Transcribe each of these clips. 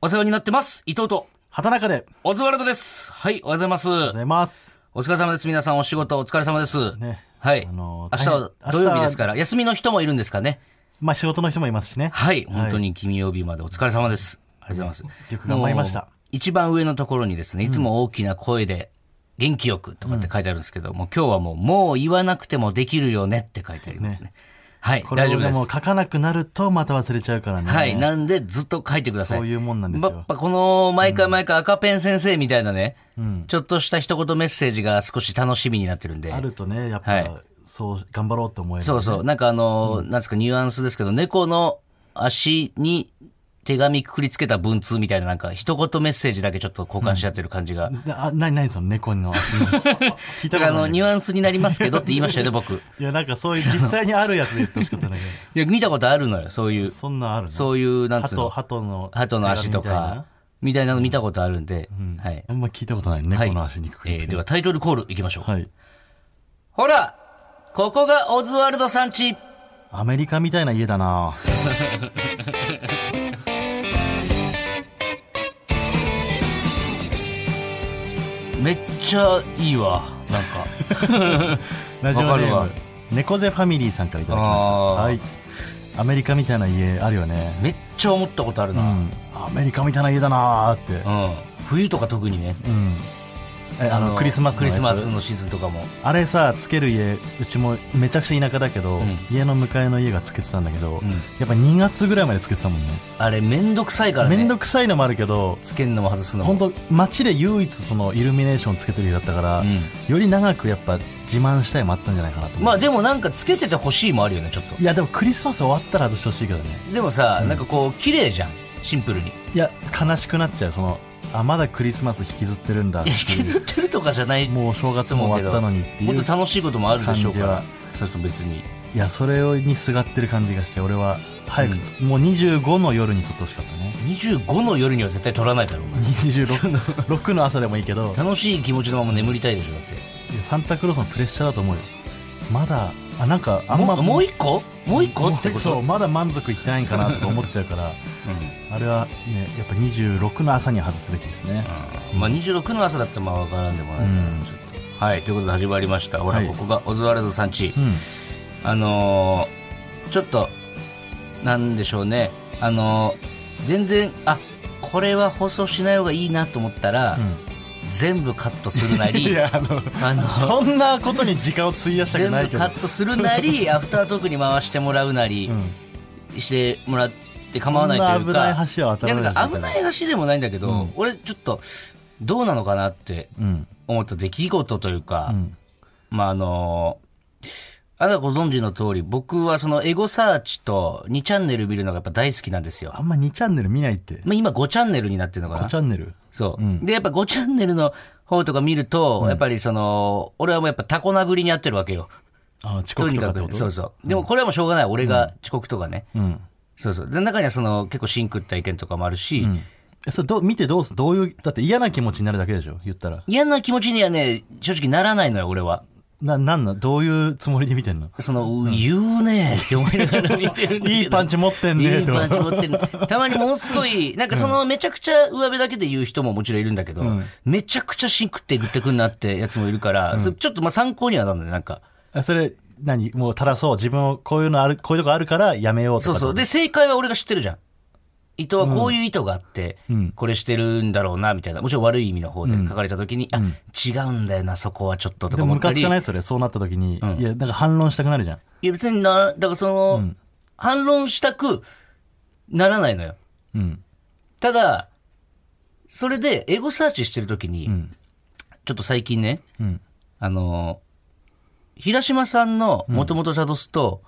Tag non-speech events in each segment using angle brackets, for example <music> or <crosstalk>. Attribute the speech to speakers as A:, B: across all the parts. A: お世話になってます。伊藤と、
B: 畑中で
A: オズワルドです。はい、おはようござい
B: ご
A: ます。
B: ざいます。
A: お疲れ様です。皆さん、お仕事お疲れ様です。
B: ね
A: はい。
B: あの
A: 明日は
B: 大変
A: 土曜日ですから、休みの人もいるんですかね。
B: まあ仕事の人もいますしね。
A: はい、本当に金曜日までお疲れ様です。ありがとうございます。
B: よく頑張りました
A: もう。一番上のところにですね、いつも大きな声で、元気よくとかって書いてあるんですけど、もう今日はもう、もう言わなくてもできるよねって書いてありますね。はい、
B: これ
A: 大丈
B: を
A: 夫
B: で
A: です
B: も。書かなくなるとまた忘れちゃうからね。
A: はい。なんで、ずっと書いてください。
B: そういうもんなんですよ
A: やっぱこの、毎回毎回赤ペン先生みたいなね、ちょっとした一言メッセージが少し楽しみになってるんで。
B: あるとね、やっぱ、
A: はい
B: そう、頑張ろうと思える。
A: そうそう。なんかあの、なんですか、ニュアンスですけど、猫の足に手紙くくりつけた文通みたいな、なんか一言メッセージだけちょっと交換し合ってる感じが。
B: なあ、なになにその猫の
A: <laughs>
B: 足の。聞い
A: だか
B: たこ
A: らあ
B: と
A: の、
B: ない。
A: ニュアンスになりますけどって言いましたよね、
B: <laughs>
A: 僕。い
B: いや、なんかそういう実際にあるやつで言ってほしかったんだけ
A: や、見たことあるのよ、そういう
B: ど。、そんなんあるの
A: そういう、なんつうの、
B: 鳩、鳩の。
A: 鳩の足と
B: 手紙みたい
A: か
B: な。、
A: みたいなの見たことあるんで、はい。
B: あんま聞いたことない。猫の足にくく
A: え
B: りつ
A: ー
B: けて
A: ではタイトルコールいきましょう。
B: はい。
A: ほらここがオズワルドさんち
B: アメリカみたいな家だな
A: めっちゃいいわ、なんか。
B: <laughs> ラジオネ
A: わか
B: ー
A: るわ
B: ム猫背ファミリーさんからいただきました
A: あー
B: はいアメリカみたいな家あるよね
A: めっちゃ思ったことある
B: う
A: な。
B: んアメリカみたいな家だなーって
A: うん。冬とか特にね。
B: うんえあのクリスマスの
A: クリ
B: や
A: ス
B: つ
A: マスのシーズンとかも。
B: あれさつける家うちもめちゃくちゃ田舎だけど、
A: ん
B: 家の向かいの家がつけてたんだけど、
A: ん
B: やっぱ2月ぐらいまでつけてたもんね
A: あれめんどくさいからね。
B: めんどくさいのもあるけど
A: つけんのも外すのも。
B: 本当街で唯一そのイルミネーションつけてる家だったから、
A: うん
B: より長くやっぱ自慢したいもあったんじゃないかなと思う、
A: まあでもなんかつけててほしいもあるよね、ちょっと。
B: いやでもクリスマス終わったら外してほしいけどね
A: でもさ、なんかこう、綺麗じゃん。シンプルに。
B: いや悲しくなっちゃうそのあまだクリスマス引きずってるんだっ
A: い
B: て
A: や
B: い
A: 引きず
B: う
A: ってるとかじゃない。も
B: もうお正月も終わったのにってい
A: っ
B: う
A: と楽しいこともあるでしょうか
B: 感
A: ら。それと別に。
B: いやそれにすがってる感じがして俺は早く、もう25の夜に撮ってほしかった
A: <laughs>
B: ね
A: 25の夜には絶対取らないだろう、お前
B: 26 6の朝でもいいけどいや
A: 楽しい気持ちのまま眠りたいでしょ、だって。
B: サンタクロースのプレッシャーだと思うよまだあなんかあん
A: も
B: ま
A: うもう一個もう一個ってこ
B: そ
A: と
B: うまだ満足いってないんかなとか思っちゃうから
A: <laughs>
B: あれはねやっぱ26の朝に外すべきですね、
A: うんまあ、26の朝だったらまあ分からんでもないな
B: うん
A: ちょっとはいということで始まりましたほら、
B: はい
A: ここがオズワルドさんち
B: うん
A: あのーちょっとなんでしょうねあのー全然あこれは放送しない方がいいなと思ったら、全部カットするな
B: <laughs> い
A: り
B: やあ
A: <laughs>
B: の
A: あの
B: そんなことに時間を費やしたく
A: 全
B: な
A: 部
B: いけど
A: カットするなりアフタートークに回してもらうなり
B: うん
A: してもらって構わないというか
B: そんな危ない橋は渡らない
A: いやなんか危ない橋でもないんだけど、
B: うん
A: 俺ちょっとどうなのかなって
B: うん
A: 思った出来事というか、
B: うん
A: まああのあなたご存知の通り僕はそのエゴサーチと2チャンネル見るのがやっぱ大好きなんですよ
B: あ。んま2チャンネル見ないって
A: まあ、今5チャンネルになってるのか
B: 5
A: な
B: チャンネル
A: そう、
B: うん
A: でやっぱ5チャンネルの方とか見ると、やっぱりその俺はもうやっぱタコ殴りにあってるわけよ。
B: あ遅刻とかってこと
A: そうそう。でもこれはもうしょうがない俺が遅刻とかね。
B: うん
A: そうそう。で中にはその結構シンクった意見とかもあるし、
B: えそれどう見てどうすどういうだって嫌な気持ちになるだけでしょ言ったら
A: 嫌な気持ちにはね正直ならないのよ俺は。
B: ななんなんどういうつもりで見てんの
A: その、言うねーって思いながら見てるんだけど
B: <laughs> いいパンチ持ってんね
A: い
B: っ
A: い
B: てこ
A: パ
B: と
A: ンチ持ってる。たまにものすご
B: <laughs>
A: い、なんかそのめちゃくちゃ上辺だけで言う人ももちろんいるんだけど、めちゃくちゃシンクってグってくんなってやつもいるから、それちょっとまあ参考にはなるのね、なんか。
B: あそれ何もうただそう自分をこういうのあるこういうとこあるからやめようと
A: そう
B: か
A: そう。
B: で
A: で、正解は俺が知ってるじゃん。伊藤はこういう意図があって、これしてるんだろうな、みたいな。もちろん悪い意味の方で書かれた時に、あ、違うんだよな、そこはちょっととか思
B: も
A: っ
B: ム
A: た
B: カ
A: り。
B: つかないそれそうなった時に、いやなんか反論したくなるじゃん
A: いや別にな、だからその、反論したくならないのよ。
B: うん
A: ただ、それでエゴサーチしてるときに、ちょっと最近ね、
B: ん
A: あの、平島さんの、もともとどすと、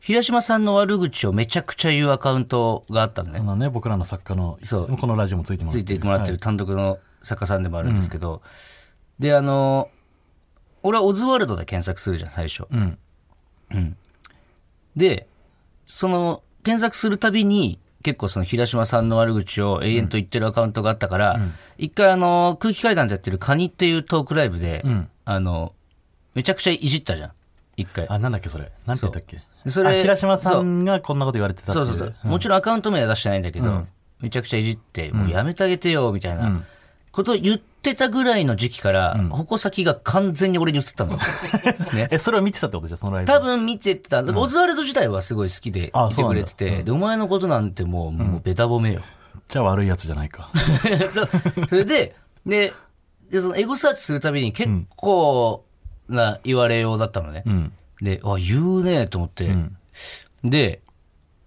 A: 平島さんの悪口をめちゃくちゃ言うアカウントがあったのね
B: あ。のね僕らの作家の
A: そう
B: このラジオもついてもら
A: つ
B: っ
A: い
B: て
A: て
B: る
A: もらってる単独の作家さんでもあるんですけど、で、あの、俺はオズワルドで検索するじゃん、最初。
B: うん
A: で、その、検索するたびに、結構その平島さんの悪口を永遠と言ってるアカウントがあったから、一回あの、空気階段でやってるカニっていうトークライブで、あの、めちゃくちゃいじったじゃん。一回。
B: あ、なんだっけ、それ。なんて言ったっけ。
A: そうそれ
B: あ、平島さんがこんなこと言われてたってい
A: そうそうそう。もちろんアカウント名は出してないんだけど、めちゃくちゃいじって、もうやめてあげてよ、みたいなことを言ってたぐらいの時期から、矛先が完全に俺に移
B: <laughs>
A: ったの。ね。
B: え、それを見てたってことじゃん、そのライブ。
A: 多分見てた。オズワルド自体はすごい好きで
B: あ
A: いてくれて
B: そうなん
A: て、で、お前のことなんてもう、もうベタ褒めよ。
B: じゃあ悪いやつじゃないか。
A: <laughs> そうそれで、で、でそのエゴサーチするたびに結構な言われようだったのね。
B: うん。
A: で、あ、言うねえと思って。で、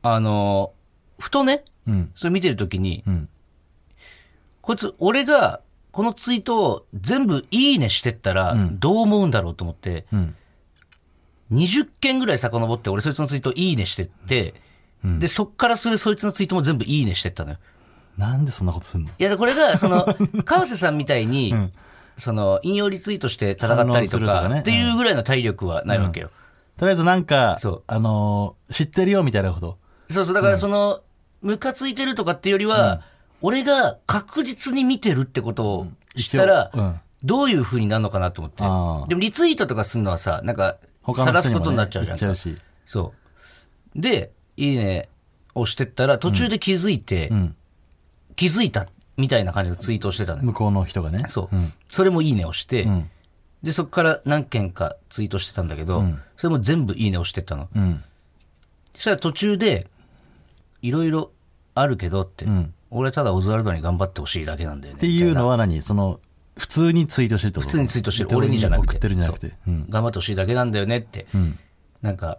A: あの、ふとね、
B: うん。
A: それ見てるときに、
B: うん。
A: こいつ、俺が、このツイートを全部いいねしてったら、どう思うんだろうと思って、
B: うん。
A: 20件ぐらい遡って、俺そいつのツイートいいねしてって、で、そっからするそいつのツイートも全部いいねしてったのよ。
B: なんでそんなことすんの
A: いや、でこれが、そ
B: <laughs>
A: の、川瀬さんみたいに、その、引用リツイートして戦ったりと
B: 反応するとか
A: か、
B: ね
A: っていうぐらいの体力はないわけよ。
B: とりあえずなんか
A: そう、
B: あのー、知ってるよみたいなこと。
A: そうそう、だからその、ムカついてるとかっていうよりは、俺が確実に見てるってことを知ったら、
B: 一応うん
A: どういう風になるのかなと思って
B: あー。
A: でもリツイートとかするのはさ、なんか、
B: 他
A: さ
B: の
A: ら
B: 人
A: す
B: に
A: こ
B: もね
A: とになっちゃうじゃん
B: 言っちゃうし。
A: そう。で、いいねをしてったら、途中で気づいて、
B: ん
A: 気づいたみたいな感じのツイートをしてたのよ。
B: 向こうの人がね。
A: そう。それもいいねをして、
B: ん
A: で、そこから何件かツイートしてたんだけど、それも全部いいねをしてったの。
B: う。うん。
A: そしたら途中で、いろいろあるけどって、
B: ん
A: 俺はただオズワルドに頑張ってほしいだけなんだよね。
B: っていうのは何その、普通にツイートしてるってこと
A: 普通にツイートしてる俺にじゃなくて
B: 送ってるんじゃなくて。うん。
A: 頑張ってほしいだけなんだよねって、なんか、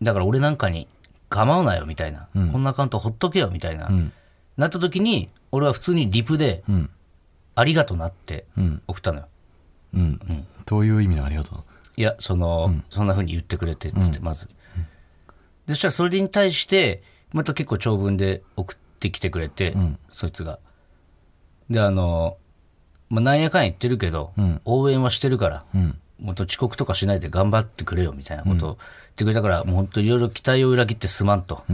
A: だから俺なんかに構うなよみたいな、こんなアカウントほっとけよみたいな、なった時に、俺は普通にリプで、
B: ん
A: ありがとなって送ったのよ。
B: うん。どういう意味のありがとう。
A: いや、その、そんな風に言ってくれてっつって、まず。でそしたらそれに対して、また結構長文で送ってきてくれて、そいつが。で、あの、まあ、なんやかんや言ってるけど、応援はしてるから、もっと遅刻とかしないで頑張ってくれよみたいなことを言ってくれたから、もう本当いろいろ期待を裏切ってすまんと。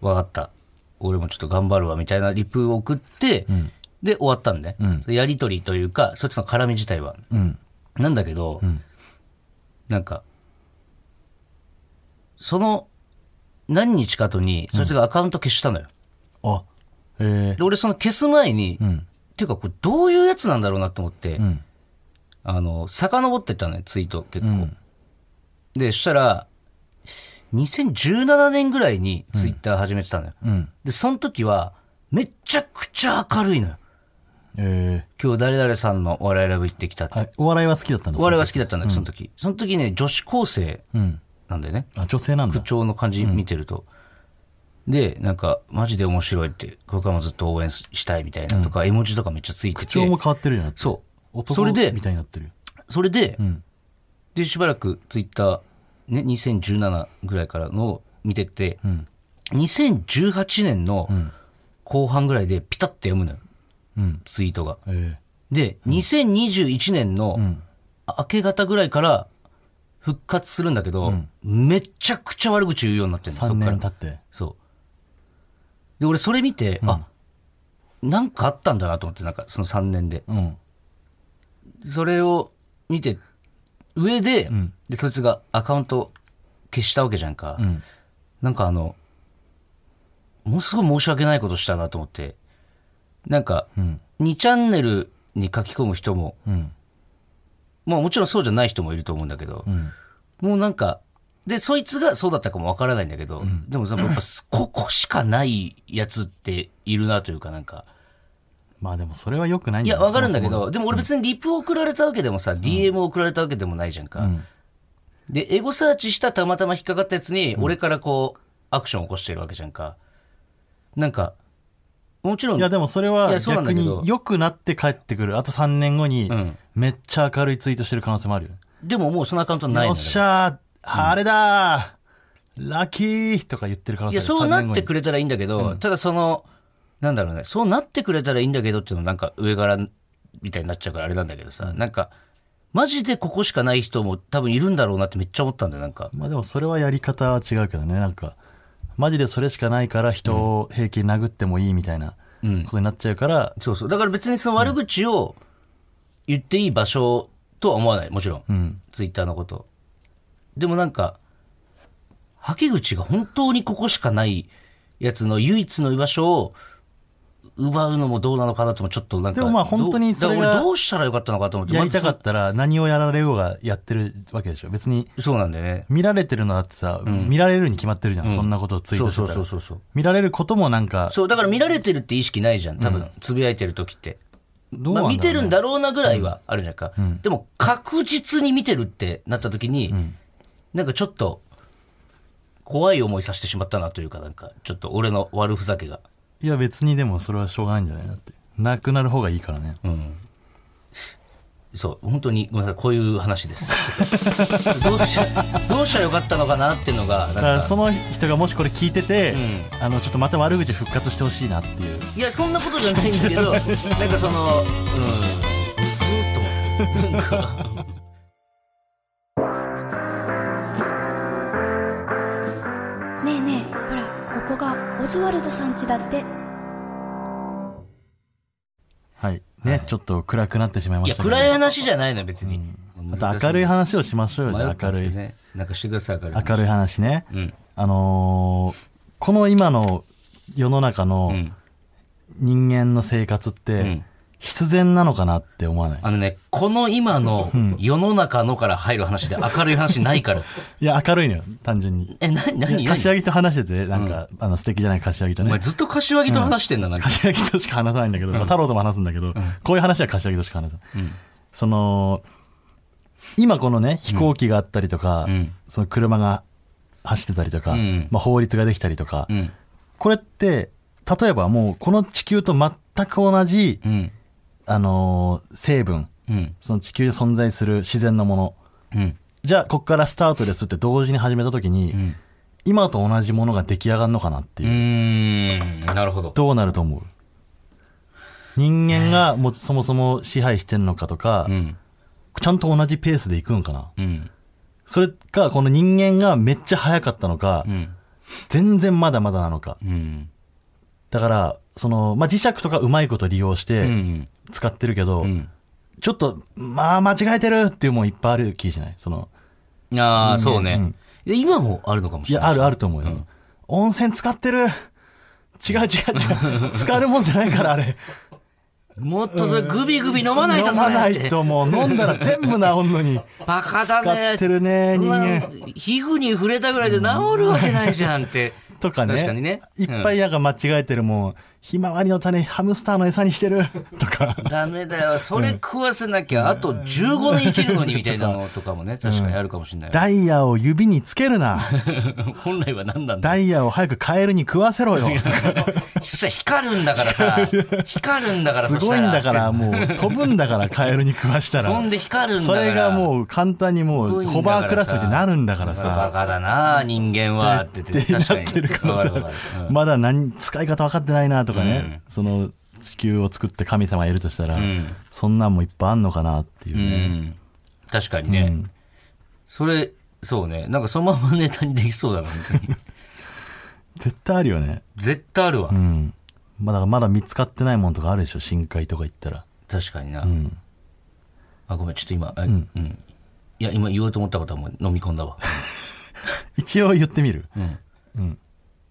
A: わかった。俺もちょっと頑張るわみたいなリプを送って、で終わったんで、そのやりとりというか、そいつの絡み自体は。
B: うん。
A: なんだけど、なんか、その何日か後に、そいつがアカウント消したのよ。
B: あ、え
A: で、俺その消す前に、っていうかこれどういうやつなんだろうなと思って、
B: ん
A: あの、遡ってったのよ、ツイート結構。で、したら、2017年ぐらいにツイッター始めてたのよ。
B: ー、うん。
A: で、その時は、めちゃくちゃ明るいのよ。
B: え
A: 今日誰々さんのお笑いライブ行ってきたって。
B: ー、あお笑いは好きだったんです
A: お笑いは好きだったんだけど、その時。その時ね、女子高生
B: うん。
A: なんだよね。
B: あ、女性なんだ
A: 不。調の感じ見てると。で、なんか、マジで面白いって、これからもずっと応援したいみたいなとか、絵文字とかめっちゃついて
B: 口調も
A: て。
B: 変わってるじゃん。。
A: そう
B: 男
A: それで
B: みたいになってるよ。
A: う。それで、で、しばらくツイッター、ね、2017ぐらいからのを見てて、2018年の後半ぐらいでピタッて読むのよ。
B: うん
A: ツイートが。
B: えー、
A: で、2021年の明け方ぐらいから復活するんだけど、めちゃくちゃ悪口言うようになってるの、そ
B: 3
A: っから
B: 年。経って。
A: そう。で、俺それ見て、あ、なんかあったんだなと思って、なんかその3年で。
B: うん。
A: それを見て、上で、で、そいつがアカウント消したわけじゃんか。
B: ん
A: なんかあの、ものすごい申し訳ないことしたなと思って、なんか、
B: ん
A: 2チャンネルに書き込む人も、
B: うん。
A: まあもちろんそうじゃない人もいると思うんだけど、
B: ん
A: もうなんか、で、そいつがそうだったかもわからないんだけど、でもさやっぱこ <coughs> こしかないやつっているなというかなんか、
B: まあでもそれは良くないん
A: い
B: だ
A: や、わかるんだけ
B: そも
A: ど、でも俺別にリプを送られたわけでもさ、DM を送られたわけでもないじゃんか。で、エゴサーチしたたまたま引っかかったやつに、俺からこう、アクションを起こしてるわけじゃんか。なんか、もちろ
B: そも
A: ん、
B: いやでもそれ
A: い
B: は
A: やそうなんだ
B: 逆
A: けど
B: に良くなって帰ってくる。あと3年後に
A: ん、
B: めっちゃ明るいツイートしてる可能性もあるよ。
A: でももうそのアカウントないの
B: よっ
A: よ。
B: しゃー、あれだー、ラッキーとか言ってる可能
A: い
B: 性
A: や、そうなってく
B: る。
A: れたらいいんだけど、ただその、なんだろうね、そうなってくれたらいいんだけどっていうのなんか上からみたいになっちゃうからあれなんだけどさ、なんか、マジでここしかない人も多分いるんだろうなってめっちゃ思ったんだよ、なんか。
B: まあでもそれはやり方は違うけどね、なんか、マジでそれしかないから人を平気に殴ってもいいみたいなことになっちゃうから、
A: そうそう。だから別にその悪口を言っていい場所とは思わない、もちろん。ツイッターのこと。でもなんか、吐き口が本当にここしかないやつの唯一の居場所を奪うのもどうなのかなともちょっとなんか
B: でもまあ本当にそれが
A: どうだから俺どうしたらよかったのかと思って
B: やりたか
A: ま
B: ったら何をやられようがやってるわけでしょ。別に
A: ずそうなんだよね
B: 見られてるのだってさ、見られるに決まってるじゃん。そんなことをツイー
A: そ
B: ト
A: う
B: してた
A: そうそ
B: ら。
A: うそうそう
B: 見られることもなんか、
A: そうだから見られてるって意識ないじゃん多分つぶやいてる時って、
B: どうなん
A: まあ、
B: だろうね
A: 見てるんだろうなぐらいはあるじゃんか、でも確実に見てるってなった時に、なんかちょっと怖い思いさせてしまったなというかなんかちょっと俺の悪ふざけが、
B: いや別にでもそれはしょうがないんじゃないだって。なくなる方がいいからね。
A: うん、そう本当にごめんなさいこういう話です <laughs> どうしたどうしたらよかったのかなっていうのがなん
B: だから
A: か
B: その人がもしこれ聞いてて、あのちょっとまた悪口復活してほしいなっていう
A: いやそんなことじゃないんだけ
B: <laughs>
A: どなんかそのうんスーッと思ってなん
B: <laughs>
A: か
C: ねえねえほらここがオズワルドさん家だって
B: はいね、ちょっと暗くなってしまいま
A: い
B: し
A: や
B: たけど
A: 暗い話じゃないの別に、
B: あと明るい話をしましょうよじ
A: 迷
B: ゃあ
A: った
B: 明
A: んです
B: る
A: け
B: い、
A: どねなんかしてください明るい話
B: 明るい話ね、
A: うん
B: あのーこの今の世の中の
A: うん
B: 人間の生活って
A: ん
B: 必然なのかなって思わない、
A: あのね、この今の世の中のから入る話で明るい話ないから。
B: いや明るいのよ単純に
A: え、なに、なに、なに
B: 柏木と話しててなんか、あの素敵じゃない柏木と
A: お前
B: ね
A: ずっと柏木と話してんだな、なんか
B: <laughs> 柏木としか話さないんだけど、まあ、太郎とも話すんだけど、こういう話は柏木としか話さない、その今このね飛行機があったりとか、
A: ん
B: その車が走ってたりとか、
A: ん
B: まあ、法律ができたりとか、
A: うん。
B: これって例えばもうこの地球と全く同じ、
A: うん。
B: あのー成分
A: うん。
B: その地球で存在する自然のもの
A: うん。
B: じゃあここからスタートですって同時に始めた時に、
A: ん
B: 今と同じものが出来上がるのかなっていう
A: う、ーん。なるほど。
B: どうなると思う人間がもうそもそも支配してんのかとか、
A: うん。
B: ちゃんと同じペースでいくのかな
A: うん。
B: それか、この人間がめっちゃ早かったのか、
A: うん。
B: 全然まだまだなのか。
A: うん。
B: だから、その、まあ、磁石とかうまいこと利用し
A: う
B: て
A: ん。
B: 使ってるけど、
A: うん。
B: ちょっと、まあ、間違えてるっていうもんいっぱいある気しないその、
A: ああ、そう
B: う
A: ね
B: ん。
A: で今もあるのかもし
B: い
A: れ
B: や、
A: ない。
B: あるあると思うよ。温泉使ってる違う違う違
A: <laughs>
B: う。使えるもんじゃないから、あれ。
A: もっとそれグビグビ飲まないと
B: 飲
A: そ
B: ま
A: れ
B: な
A: っ
B: い
A: て。
B: ともう、飲んだら全部治んのに。
A: バカだ
B: 使
A: ね。
B: ってるね人間
A: そんな皮膚に触れたぐらいで治るわけないじゃんって。
B: とかね
A: 確かにね
B: いっぱいなんか間違えてるもん、ひまわりの種ハムスターの餌にし
A: <laughs>
B: てるとか
A: ダメだよ。それ食わせなきゃ、あと15年生きるのにみたいなのとかもね、確かにあるかもしれない。
B: ダイヤを指につけるな
A: 本来は何なんだ
B: ダイヤを早くカエルに食わせ
A: <laughs>
B: ろよ
A: そしたら光るんだからさ。
B: <laughs>
A: 光るんだから
B: す
A: そした
B: ごいんだから
A: って
B: もう飛ぶんだからカエルに食わしたら
A: 飛んで光るんだ
B: そ
A: から。
B: れがもう簡単にもうホバークラフトになるんだから
A: バ
B: さ
A: カだな、人間は。って言
B: っ
A: ってて、
B: なっ
A: 確かに。
B: てるから
A: わ
B: さ
A: かるわかるうん
B: まだ何使い方分かってないなとかね、その地球を作って神様いるとしたら、
A: ん
B: そんなんもいっぱいあんのかなっていう
A: う
B: ね、
A: ん。確かにね。それ、そうね。なんかそのままネタにできそうだな、本当に
B: 絶対あるよね
A: 絶対あるわ
B: う。ん。まあだからまだ見つかってないものとかあるでしょ深海とか行ったら。
A: 確かにな。
B: うん。
A: あ、ごめん、ちょっと今、あうん。いや、今言おうと思ったことはもう飲み込んだわ。 <laughs>
B: 一応言ってみる。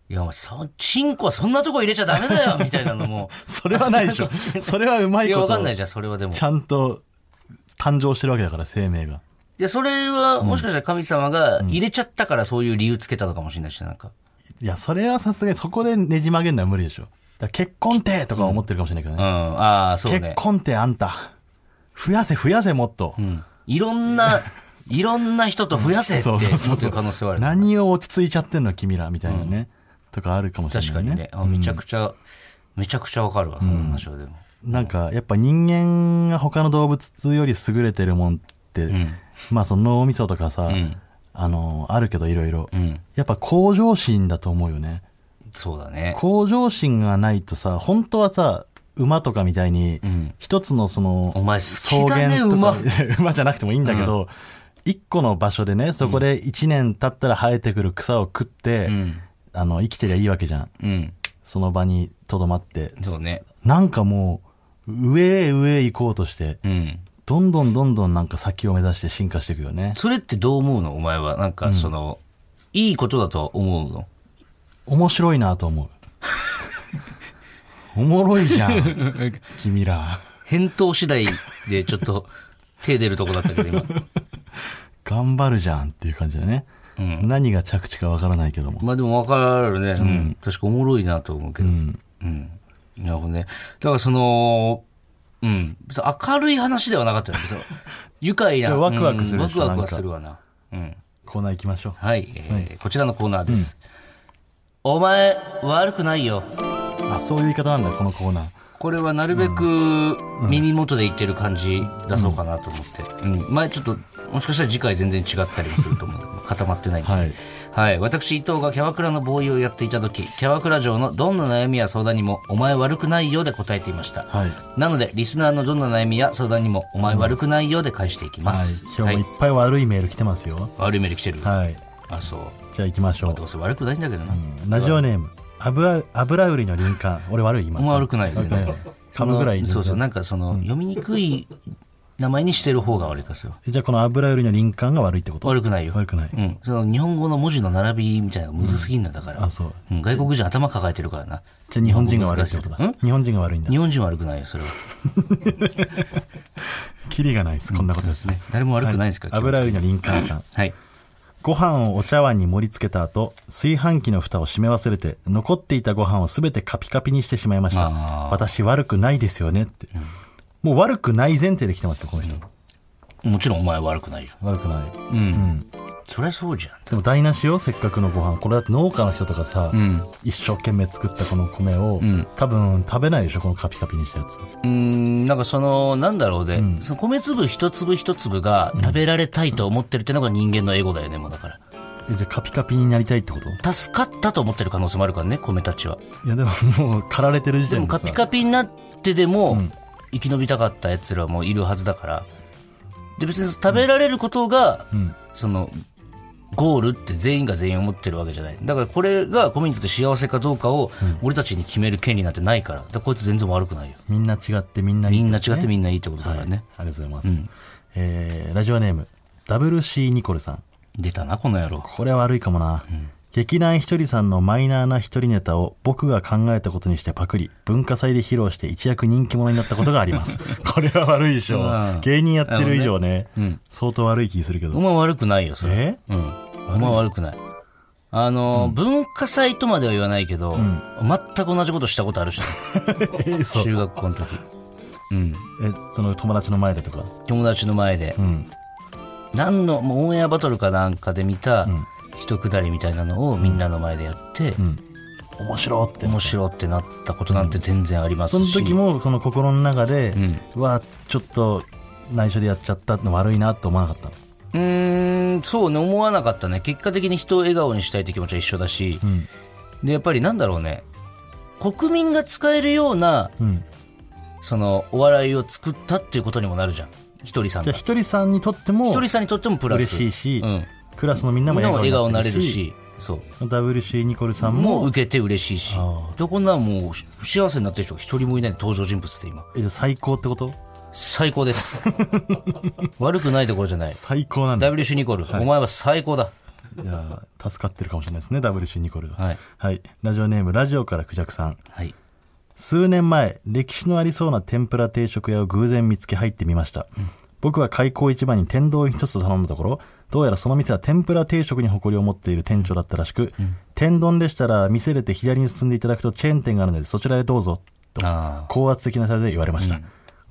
A: いや、お前、そ、チンコはそんなとこ入れちゃダメだよ
B: <laughs>
A: みたいなのも。
B: それはないで
A: <laughs>
B: しょ。それはうま
A: い
B: い
A: や、
B: こ
A: わか
B: と
A: んないじゃん、それはでも。い
B: ちゃんと誕生してるわけだから、生命が。
A: や、それは、もしかしたら神様が入れちゃったからそういう理由つけたのかもしれないし、なんか。
B: いや、それはさすがにそこでねじ曲げるのは無理でしょ。だから結婚ってとか思ってるかもしれないけど
A: うん、
B: ね。
A: ああ、そう
B: 結
A: ね。
B: 婚ってあんた。増やせ増やせもっと。
A: うんいろん
B: <laughs>
A: な、いろんな人と増やせって
B: そうそう
A: 思
B: そう
A: ってる可能性はある。
B: 何を落ち着いちゃってんの君らみたいなね。とかあるかもしれない、
A: 確かにね。あめちゃくちゃ、めちゃくちゃわかるわ、その話はでも。
B: なんかやっぱ人間が他の動物より優れてるもんって、まあその脳みそとかさ、
A: ん
B: あのあるけどいろいろ
A: うん。
B: やっぱ向上心だと思うよね
A: そうだね。
B: 向上心がないとさ本当はさ馬とかみたいに
A: ん
B: 一つのその
A: お前
B: 草
A: 好きだね
B: 原とか、
A: 馬
B: <laughs> 馬じゃなくてもいいんだけど、一個の場所でねそこで一年経ったら生えてくる草を食って、
A: うん。
B: あの生きてりゃいいわけじゃん
A: うん。
B: その場にとどまって
A: そうね。
B: なんかもう、上へ上へ行こうとして、
A: うん。
B: どんどんどんどんなんか先を目指して進化していくよね。
A: それってどう思うのお前は。なんか、その、いいことだと思うの <laughs>
B: 面白いなと思う。おもろいじゃん君ら
A: 返答次第でちょっと手出るとこだったけど今。
B: <laughs> 頑張るじゃんっていう感じだね、何が着地かわからないけども
A: まあでも分かるね。うん。確かおもろいなと思うけど。うん。なるほどね。だからその、うん。別に明るい話ではなかったよ。別に愉快
B: い
A: な。
B: やワクワクす
A: う
B: る
A: んワ
B: でし
A: ク
B: ょ
A: ワクはするわな。うん。
B: コーナー行きましょう
A: はい、えーこちらのコーナーです。お前、悪くないよ。
B: あそういう言い方なんだこのコーナー
A: これはなるべく耳元で言ってる感じ出そうかなと思って。うん。前ちょっと、もしかしたら次回全然違ったりもすると
B: <laughs>
A: 思う。固まってないんで。
B: はい
A: はい。私、伊藤がキャバクラのボーイをやっていた時、キャバクラ城のどんな悩みや相談にも、お前悪くないようで答えていました。
B: はい、
A: なので、リスナーのどんな悩みや相談にも、お前悪くないようで返していきま
B: はい
A: す。、
B: 今
A: は
B: 日もい
A: い
B: っ。ぱい悪いメール来てますよ
A: 悪い目で来てる。
B: はい
A: あ、そう。
B: じゃあ行きましょう
A: どうせ悪くないんだけどな。
B: ラジオネーム油油売りの林間俺悪い今
A: あんま悪くないよ
B: <laughs>
A: 全然
B: 噛むぐらい
A: その
B: 全然
A: そうそうなんかその、読みにくい名前にしてる方が悪いですよ
B: えじゃあこの油売りの林間が悪いってこと
A: 悪くないよ
B: 悪くない、
A: うん、その日本語の文字の並びみたいなのがむずすぎんのだから、うん
B: あそう
A: 外国人頭抱えてるからな
B: じゃあ日本人が悪いってことだ
A: うん
B: 日本人が悪いんだ
A: 日本人悪くないよそれは
B: キリがないですこんなことですね
A: 誰も悪くないですから、
B: 油売りの林間さん
A: はい
B: ご飯をお茶碗に盛り付けた後、炊飯器の蓋を閉め忘れて、残っていたご飯をすべてカピカピにしてしまいました
A: あ。ー
B: 私悪くないですよねって。もう悪くない前提で来てますよ、この人。
A: もちろんお前悪くないよ
B: 悪くない。
A: うん、そりゃそうじゃん
B: でも台無しよ、せっかくのご飯。これだって農家の人とかさ、
A: ん
B: 一生懸命作ったこの米を、多分食べないでしょ、このカピカピにしたやつ。
A: うーんなんかそのなんだろうで、その米粒一粒一粒が食べられたいと思ってるってのが人間のエゴだよねもうだから
B: え、じゃあカピカピになりたいってことい
A: 助かったと思ってる可能性もあるからね米たちは
B: や、でももう、狩られてる時
A: で
B: 点
A: も
B: でさ。
A: カピカピになってでも、生き延びたかった奴らもいるはずだからで別に食べられることが、
B: ん
A: そのゴールって全員が全員思ってるわけじゃないだからこれがコミュニティとして幸せかどうかを俺たちに決める権利なんてないからだからこいつ全然悪くないよ
B: みんな違ってみんないい
A: み
B: こ
A: ん
B: と
A: な
B: ね
A: 違ってみんないいってことだ
B: は
A: か
B: い、あ
A: ら
B: りが
A: ね、
B: とうございます。えーラジオネーム、WC ニコルさん。
A: 出たなこの野郎
B: これ悪いかもな。劇団ひとりさんのマイナーな一人ネタを僕が考えたことにしてパクリ、文化祭で披露して一躍人気者になったことがあり
A: <laughs>
B: ます。これは悪いでしょ
A: うん。
B: 芸人やってる以上ね、相当悪い気するけ
A: お
B: ど。
A: 前悪くないよそれ
B: え
A: うんお前悪くないあの、文化祭とまでは言わないけど、全く同じことしたことあるしね、
B: え、 <laughs> そう。
A: 中学校の時うん
B: え、その友達の前でとか。
A: 友達の前で、
B: うん。
A: 何のもうオンエアバトルかなんかで見た一くだりみたいなのをみんなの前でやって、
B: 面白って。
A: 面白ってなったことなんて全然ありま
B: そ
A: す
B: の
A: し、
B: 時も、その心の中で
A: ん、
B: うわ、ちょっと内緒でやっちゃったの悪いなって思わなかったの。
A: うーんそうね思わなかったね結果的に人を笑顔にしたいって気持ちは一緒だし、
B: ん
A: でやっぱりなんだろうね国民が使えるような
B: うん。
A: そのお笑いを作ったっていうことにもなるじゃんひとりさん
B: じゃ
A: が
B: あ
A: ひ
B: ひとりさんにとっても
A: とりさんにとってもプラス
B: 嬉しいし、
A: うん、
B: クラスのみんなも
A: みんなも笑
B: 笑顔
A: 顔
B: に
A: に
B: な
A: な
B: れ
A: れ
B: る
A: る
B: し
A: しそう
B: WC ニコルさんも
A: もう受けて嬉しいし
B: あ
A: どこんなもう不幸せになってる人が一人もいない登場人物って今
B: えじゃあ最高ってこと
A: 最高です <laughs> 悪くないところじゃない
B: 最高なんだ
A: WC ニコル、お前は最高だ
B: いやー助かってるかもしれないですね WC ニコル
A: はい、
B: はい、ラジオネームラジオからクジャクさん
A: はい
B: 数年前歴史のありそうな天ぷら定食屋を偶然見つけ入ってみました、僕は開口一番に天丼一つと頼んだところどうやらその店は天ぷら定食に誇りを持っている店長だったらしく、天丼でしたら店出て左に進んでいただくとチェーン店があるのでそちらへどうぞと
A: あ
B: 高圧的な態度で言われました、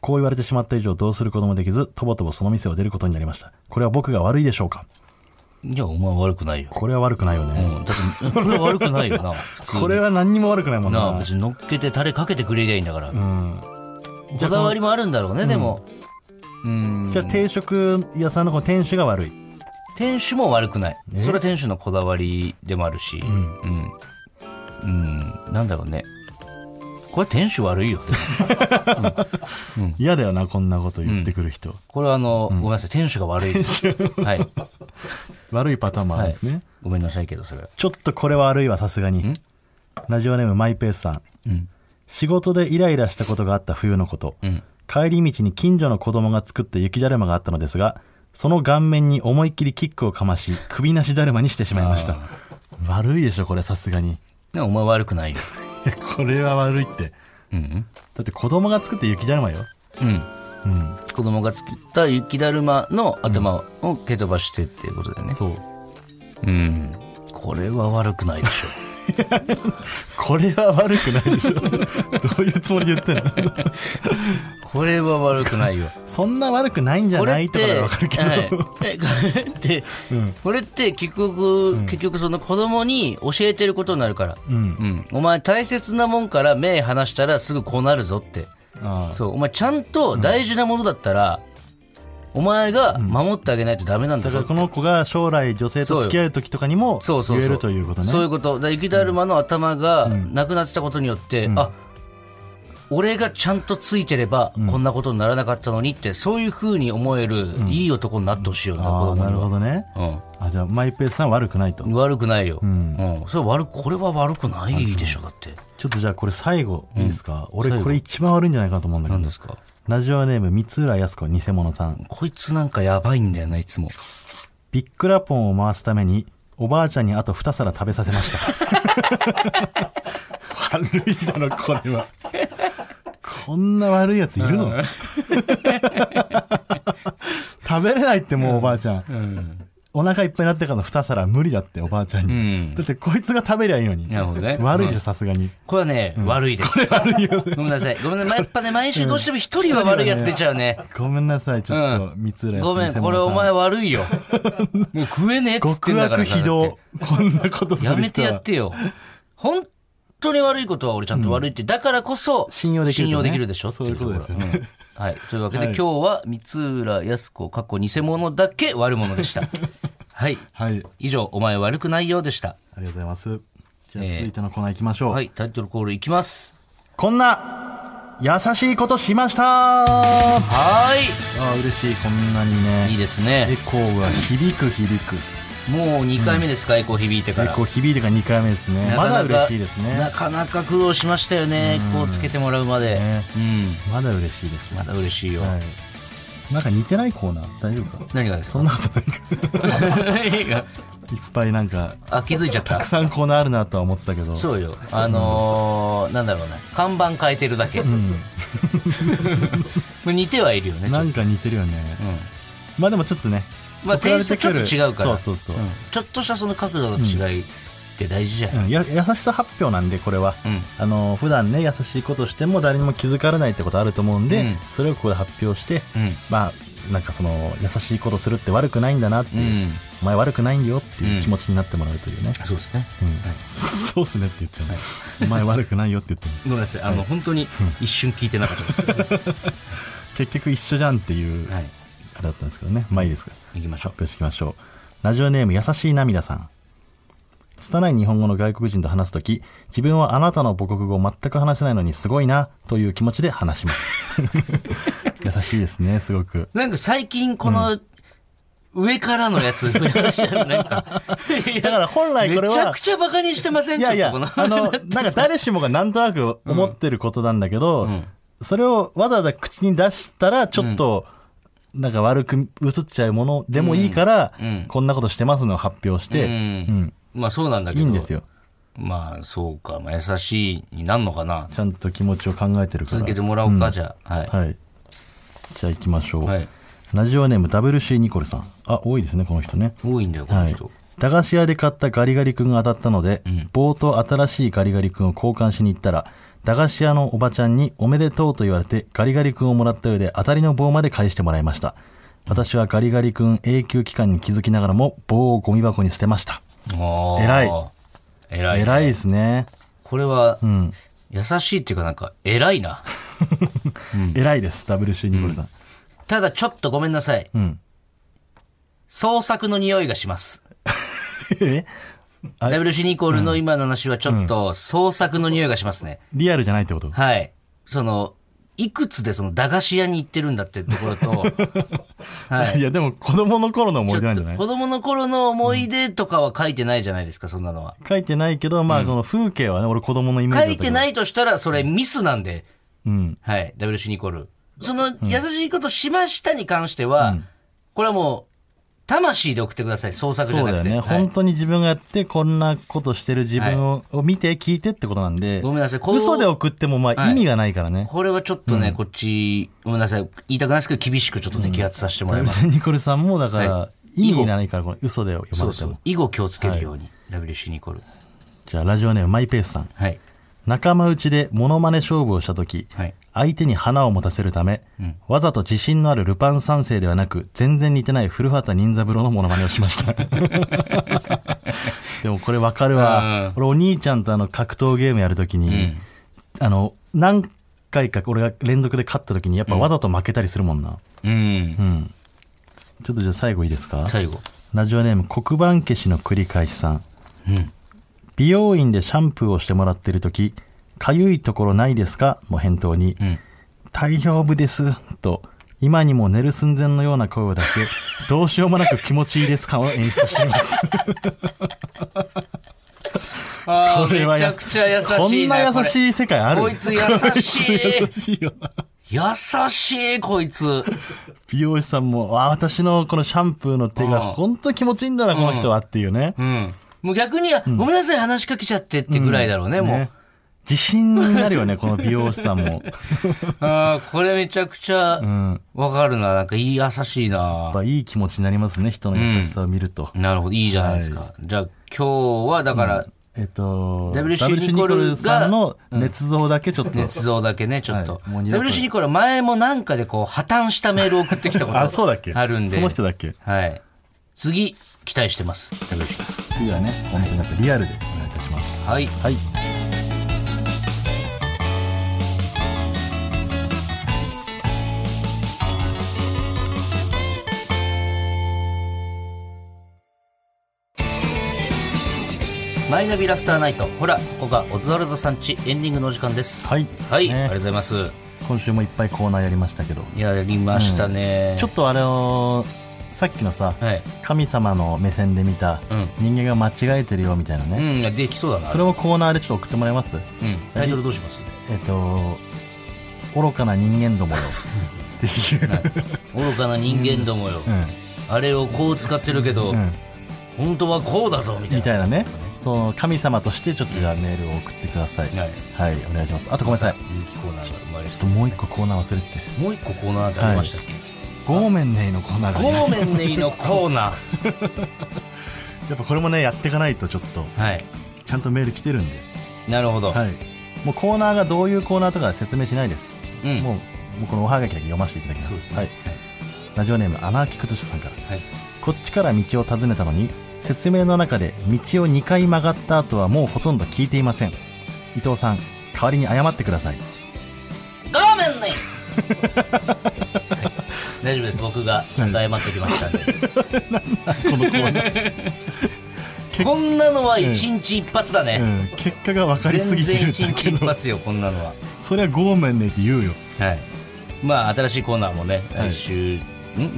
B: こう言われてしまった以上どうすることもできずとぼとぼその店を出ることになりましたこれは僕が悪いでしょうか
A: あじゃあお前は悪くないよ、
B: これは悪くないよ
A: う
B: ね、
A: ん、だってこれは悪くないよな普通に
B: これは何にも悪くないもん
A: なあ
B: な
A: 別に乗っけてタレかけてくれりゃいいんだから、
B: うんじゃ
A: こ
B: あ
A: だわりもあるんだろうね、でもうん
B: じゃあ定食屋さんのこの店主が悪い
A: 店主も悪くないそれは店主のこだわりでもあるしうんうん、なんだろうねこれ店主悪いよでも
B: 嫌だよなこんなこと言ってくる人、
A: これはあの、ごめんなさい店主が悪いですはい
B: 悪いパターンもあるんですね、
A: ごめんなさいけどそれは
B: ちょっとこれは悪いわさすがにラジオネームマイペースさん、仕事でイライラしたことがあった冬のこと、帰り道に近所の子供が作った雪だるまがあったのですがその顔面に思いっきりキックをかまし首なしだるまにしてしまいました悪いでしょこれさすがにい
A: でもお前悪くないよ
B: <laughs> やこれは悪いって
A: うん
B: だって子供が作った雪だるまよ。
A: うん
B: うん。
A: 子供が作った雪だるまの頭を蹴飛ばしてっていうことだよね
B: そう。
A: うんこれは悪くないでしょ
B: これは悪くないでしょ。 <laughs> どういうつもりで言ってんの <laughs>
A: これは悪くないよ
B: そんな悪く <laughs> ないんじゃ
A: こ
B: な
A: れっ
B: いと
A: て
B: かでわかるけど。
A: はいえこれって、
B: うん
A: これって結局、結局その子供に教えてることになるから、
B: う。
A: うんん、お前大切なもんから目離したらすぐこうなるぞって
B: ああ。
A: そうお前ちゃんと大事なものだったら、お前が守ってあげないとダメなんだ
B: だか
A: ぞ
B: らこの子が将来女性と付き合う時とかにも
A: そうそう
B: 言
A: そう
B: えるということね。
A: そういうことだから雪だるまの頭がなくなってたことによって、あ俺がちゃんとついてればこんなことにならなかったのにって、そういうふうに思えるいい男になってほしいよな、
B: ああ、
A: 子供
B: な
A: に
B: る
A: は
B: ほどね。あ、じゃあマイペースさんは悪くないと
A: う。ん、悪くないよ、うんんそれ悪くこれは悪くないでしょだって
B: ちょっとじゃあこれ最後いいですか、俺
A: 最後
B: これ一番悪いんじゃないかなと思うんだけ
A: 何
B: ど
A: で。すか
B: ラジオネーム、三浦康子、偽物さん。
A: こいつなんかやばいんだよないつも
B: ビックラポンを回すために、おばあちゃんにあと二皿食べさせ
A: <laughs>
B: ました。悪いだろ、これは。こんな悪いやついるの <laughs> 食べれないってもうおばあちゃん。お腹いっぱいになってからの二皿無理だって、おばあちゃんに。
A: うん
B: だってこいつが食べりゃいいのに。
A: なるほどね
B: 悪いでし
A: う
B: ょ、さすがに。
A: これはね、悪いです
B: 悪いよね。
A: ごめんなさいごめんなさいやっぱ
B: <laughs>
A: ね毎週どうしても一人は悪いやつ出ちゃうね
B: ごめんなさい、ちょっと、三浦康子
A: ごめん、これお前悪いよ。もう食えねえっつってん
B: 極
A: だから
B: 悪
A: さ
B: 非
A: だっ
B: 道
A: て。
B: こんなことする人
A: や
B: は
A: めてやってよ。本当に悪いことは俺ちゃんと悪いって、だからこそ
B: 信用できるとね
A: 信用できるでしょって
B: そういうことですよね
A: ところうんはい。というわけで、
B: はい
A: 今日は三浦康子、過去偽物だけ悪者で
B: <laughs>
A: した。はい。
B: はい。
A: 以上、お前悪くないようでした。
B: ありがとうございます。じゃあ
A: えー
B: 続いてのコーナー行きましょう。
A: はい。タイトルコールいきます。
B: こんな優しいことしましたあ
A: は
B: あ、嬉しい。こんなに
A: ーい。いい
B: ね。
A: です
B: エ
A: ね。
B: コーが響く響く。
A: もう2回目ですか、エコー響いてか
B: エ
A: ら
B: コ。ー響いてが2回目ですね。
A: な
B: ま
A: か
B: だ
A: なか
B: 嬉しいです
A: な
B: ね。
A: かなか苦労しましたよね。こうつけてもらうまで。
B: ね
A: うん。
B: まだ嬉しいです。
A: まだ嬉しいよ。
B: はい。なんか似てないコーナー大丈夫か
A: 何がです
B: そ
A: か
B: んなことないか。
A: 何が
B: いっぱいなんか、
A: あ、気づいちゃったた
B: く。さんコーナーあるなとは思ってたけど。
A: そうよ。あのー、なんだろうね。看板変えてるだけ。 <laughs> 似てはいるよね、ちょ
B: な
A: っと。
B: んか似てるよね。
A: うん
B: まあでもちょっとね。
A: まあ、
B: 送
A: テ
B: ら
A: イ
B: れ
A: スト
B: て
A: ちょっ
B: く
A: と
B: る
A: 違うから。
B: そうそうそう。
A: んちょっとしたその角度の違いって大事じゃん。
B: うんや優しさ発表なんでこれは、
A: うん
B: あの普段ね優しいことしても誰にも気づかれないってことあると思うんで、
A: うん
B: それをここで発表して、
A: うん
B: まあなんかその優しいことするって悪くないんだなっていう、
A: うん
B: お前悪くないんだよっていう気持ちになってもらうというね、
A: そうですね。
B: うんそうっすねって言っちゃうね、お前悪くないよって言っても
A: ごめんなさい。あの、本当に一瞬聞いてなかったです。
B: <laughs> 結局一緒じゃんっていう、
A: はい。
B: あれだったんですけどねまあいいですか
A: 行きましょ
B: 発表していきましょう。ラジオネーム、優しい涙さん。拙い日本語の外国人と話すとき、自分はあなたの母国語を全く話せないのにすごいな、という気持ちで話
A: <laughs>
B: します。優しいですね、すごく。
A: う。なんか最近この、上からのや
B: <laughs>
A: つ増やしてるなんか。い
B: だ
A: や
B: から本来これ
A: めちゃ
B: は
A: く、ちゃバカにしてません
B: いやいや、
A: ちょっと
B: あの、なんか誰しもがなんとなく思ってることなんだけど、
A: ん
B: それをわざわざ口に出したら、ちょっと、なんか悪く映っちゃうものでもいいから、
A: うんうん
B: こんなことしてますのを発表して、
A: う
B: うん
A: んまあそうなんだけ
B: い
A: ど。
B: いんですよ。
A: まあそうか、まあ、優しいになんのかな。
B: ちゃんと気持ちを考えてるから。
A: 続けてもらおうか、じゃあ。はい。
B: はい。じゃあ行きましょう。
A: はい
B: ラジオネーム WC ニコルさん。あ、多いですね、この人ね。
A: 多いんだよ、この
B: はい
A: 人。。
B: 駄菓子屋で買ったガリガリ君が当たったので、棒と新しいガリガリ君を交換しに行ったら、駄菓子屋のおばちゃんにおめでとうと言われて、ガリガリ君をもらった上で当たりの棒まで返してもらいました。私はガリガリ君永久期間に気づきながらも棒をゴミ箱に捨てました。
A: ああ。
B: 偉い。
A: 偉い。
B: 偉いですね。
A: これは、
B: ん
A: 優しいっていうかなんか、偉いな。
B: 偉いです、WC ニコルさん。
A: ただちょっとごめんなさい。
B: うん。
A: 創作の匂いがします。
B: <laughs> えあれ
A: WC ニコルの今の話はちょっと創作の匂いがしますね。
B: リアルじゃないってこと
A: はい。その、いくつでその駄菓子屋に行ってるんだってところ
B: <laughs>
A: と、はい
B: い。や、でも子供の頃の思
A: ち
B: い
A: ょっ
B: 出なんじ
A: と
B: ゃない
A: 子供の頃の思い出とかは書いてないじゃないですか、そんなのは。
B: 書いてないけど、まあ、この風景はね、俺子供のイメージだ
A: 書
B: った
A: い
B: けど。。
A: てないいとしたら、それミスなんで、
B: うん。
A: はい、WC ニコル。その、優しいことしましたに関しては、これはもう、魂で送ってください、創作じゃなくて。
B: そうだよね、
A: はい
B: 本当に自分がやってこんなことしてる自分を,、見て聞いてってことなんで
A: ごめんなさいこう
B: 嘘で送ってもまあ
A: い
B: 意味がないからね、
A: これはちょっとね、こっち、ごめんなさい、言いたくないですけど、厳しくちょっと摘発させてもらいます。
B: <laughs> ニコルさんもだから、
A: は
B: 意味がないからこの嘘で読まれて
A: そ
B: も
A: うそう。以後気をつけるように、WC ニコル。
B: じゃあラジオネームマイペースさん
A: はい。
B: 仲間内でモノマネ勝負をした時、
A: はい
B: 相手に花を持たせるため、わざと自信のあるルパン三世ではなく全然似てない古畑任三郎のモノマネをしましたでもこれわかるわ俺お兄ちゃんとあの格闘ゲームやるときに、あの何回か俺が連続で勝った時にやっぱわざと負けたりするもんな、
A: うん。
B: ちょっとじゃあ最後いいですか
A: 最後。
B: ラジオネーム黒板消しの繰り返しさん、美容院でシャンプーをしてもらってる時「かゆいところないですか?」の返答に「大丈夫です」と今にも寝る寸前のような声を出して
A: <laughs>
B: どうしようもなく気持ちいいです感を演出しています
A: あ
B: <laughs> これは
A: めち
B: や
A: ゃくちゃ優しい
B: こんな優
A: い。
B: しい世界ある
A: こいつ優しい
B: 優しいよな
A: 優しい、こいつ。
B: <laughs> 美容師さんも「あ私のこのシャンプーの手が本当気持ちいいんだなこの人は」っていうね、
A: うん。もう逆に、ごめんなさい、話しかけちゃってってぐらいだろうね、もう
B: ね。自信になるよねこの美容師
A: <laughs>
B: さんも。
A: ああ、これめちゃくちゃ、わかるな。なんか、いい、優しい
B: や
A: な
B: っ。ぱいい気持ちになりますね人の優しさを見ると、
A: なるほど、いいじゃないですか。じゃあ、今日は、だから、
B: えっと
A: WC
B: WC ニコルさんの捏造だけちょっと、
A: 捏造だけね、ちょっと。
B: はいもう二度と
A: WC ニコルは前もなんかでこう、破綻したメールを送ってきたこと
B: あそうだっけ
A: あるんで。
B: その人だっけ
A: はい。次、期待してます。WC
B: 次はね本当にやっぱリアルでお願いいたします
A: はい。
B: はい
A: マイナビラフターナイト。ほら、ここがオズワルドさんちエンディングのお時間です。
B: はい
A: はい。
B: ね
A: ありがとうございます。
B: 今週もいっぱいコーナーやりましたけど
A: やりましたね。
B: ちょっとあのーさっきのさ、
A: はい。
B: 神様の目線で見た
A: うん
B: 人間が間違えてるよみたいな
A: う
B: ね、
A: ん、いやできそうだな。
B: それもコーナーでちょっと送ってもらえます
A: うん。タイトルどうします
B: えっと愚かな人間どもよっていう、
A: 愚かな人間どもよ。あれをこう使ってるけど、
B: うんうん
A: 本当はこうだぞ、みたい
B: み
A: な。
B: たいなね、その神様としてちょっとじゃあメールを送ってください。
A: はい。
B: はい、お願いします。あとごめんなさい。ちょ
A: 人気コーナーが生まれ
B: っ
A: そ
B: と
A: うです
B: もう
A: ね
B: 一個コーナー忘れてて。
A: もう一個コーナーってありましたっけ、
B: ごめんねーのコーナーが、ね。
A: ご
B: <laughs>
A: めんねいのコーナー。
B: やっぱこれもね、やっていかないとちょっと、
A: はい。
B: ちゃんとメール来てるんで。
A: なるほど。
B: はい。もうコーナーがどういうコーナーとかは説明しないです。
A: うん。
B: もう、もうこのおはがきだけ読ませていただきます。
A: そうですね
B: はい。ラジオネーム、アナーキ靴下さんから。
A: はい。
B: こっちから道を尋ねたのに、説明の中で道を2回曲がった後はもうほとんど聞いていません。伊藤さん、代わりに謝ってく
A: <laughs>
B: ださい。
A: ごめん
B: <laughs>
A: ねはい大丈夫です。僕がちゃんと謝ってきましたん
B: <laughs>
A: で。
B: このコーナー。
A: こんなのは一日一発だ
B: <laughs> う
A: ね。
B: ん、結果が分かりす
A: 全
B: ぎて
A: 然
B: る
A: 一
B: だ
A: 日
B: け
A: 一
B: の
A: 発よ、こんなのは。
B: それはごめんねって言うよ
A: はい。まあ、新しいコーナーもね、
B: はい
A: 来週、ん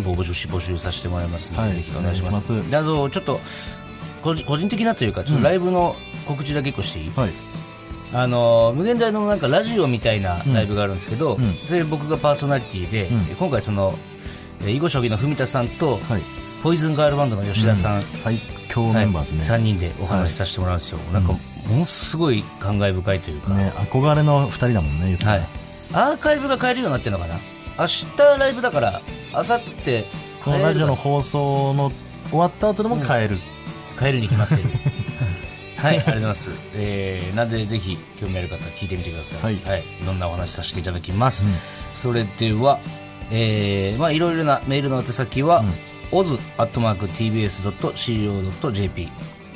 A: 募集し、募集させてもらいますの
B: は
A: で、
B: い
A: ぜひお願いします。
B: お願いします
A: であと、ちょっと、個人個人的なというか、ちょっとライブの告知だけ一個していい、
B: はい
A: あの無限大のなんかラジオみたいなライブがあるんですけど、
B: うん
A: それ僕がパーソナリティで、
B: うん
A: 今回そのえー囲碁将棋の文田さんと、
B: はい
A: ポイズンガールバンドの吉田さん、
B: うん最強メンバーです
A: 3
B: ね,、
A: 人でお話しさせてもらうんですよ、なんかものすごい感慨深いというか、
B: ね憧れの2人だもんね言ったら
A: はい、アーカイブが変えるようになってるのかな明日ライブだから明後日
B: このラジオの放送の終わった後でも変える、
A: 変えるに決まってる
B: <laughs>
A: はいありがとうございます、えー、なんでぜひ興味ある方は聞いてみてください、
B: はい
A: はい、いろんなお話しさせていただきます、
B: うん
A: それでは、えーまあ、いろいろなメールの宛先は、oz.tbs.co.jp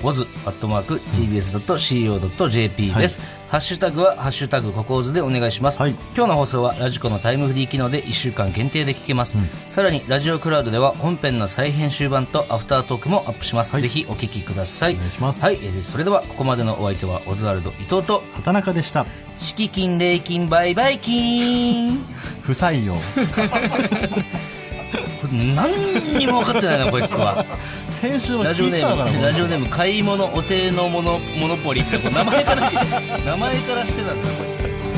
A: oz.tbs.co.jp です、ハッシュタグは「ハッシュタグココーズ」でお願いします、
B: はい
A: 今日の放送はラジコのタイムフリー機能で1週間限定で聞けます、さらにラジオクラウドでは本編の再編集版とアフタートークもアップします、
B: はい
A: ぜひお聞きください
B: お願いします
A: はい、えーそれではここまでのお相手はオズワルド伊藤と
B: 畑中でした
A: 敷金礼金売買金
B: 不採用
A: これ何にも分かってないなこいつ
B: <laughs>
A: は
B: 先週の
A: ラジオ
B: 聞いて
A: ネ
B: たのかな
A: ーム、 <laughs> ラジオネ
B: ム
A: ーム、 <laughs> 買い物お手のもの、モノポリって、こう名前から、名前からしてたんだ、こいつ。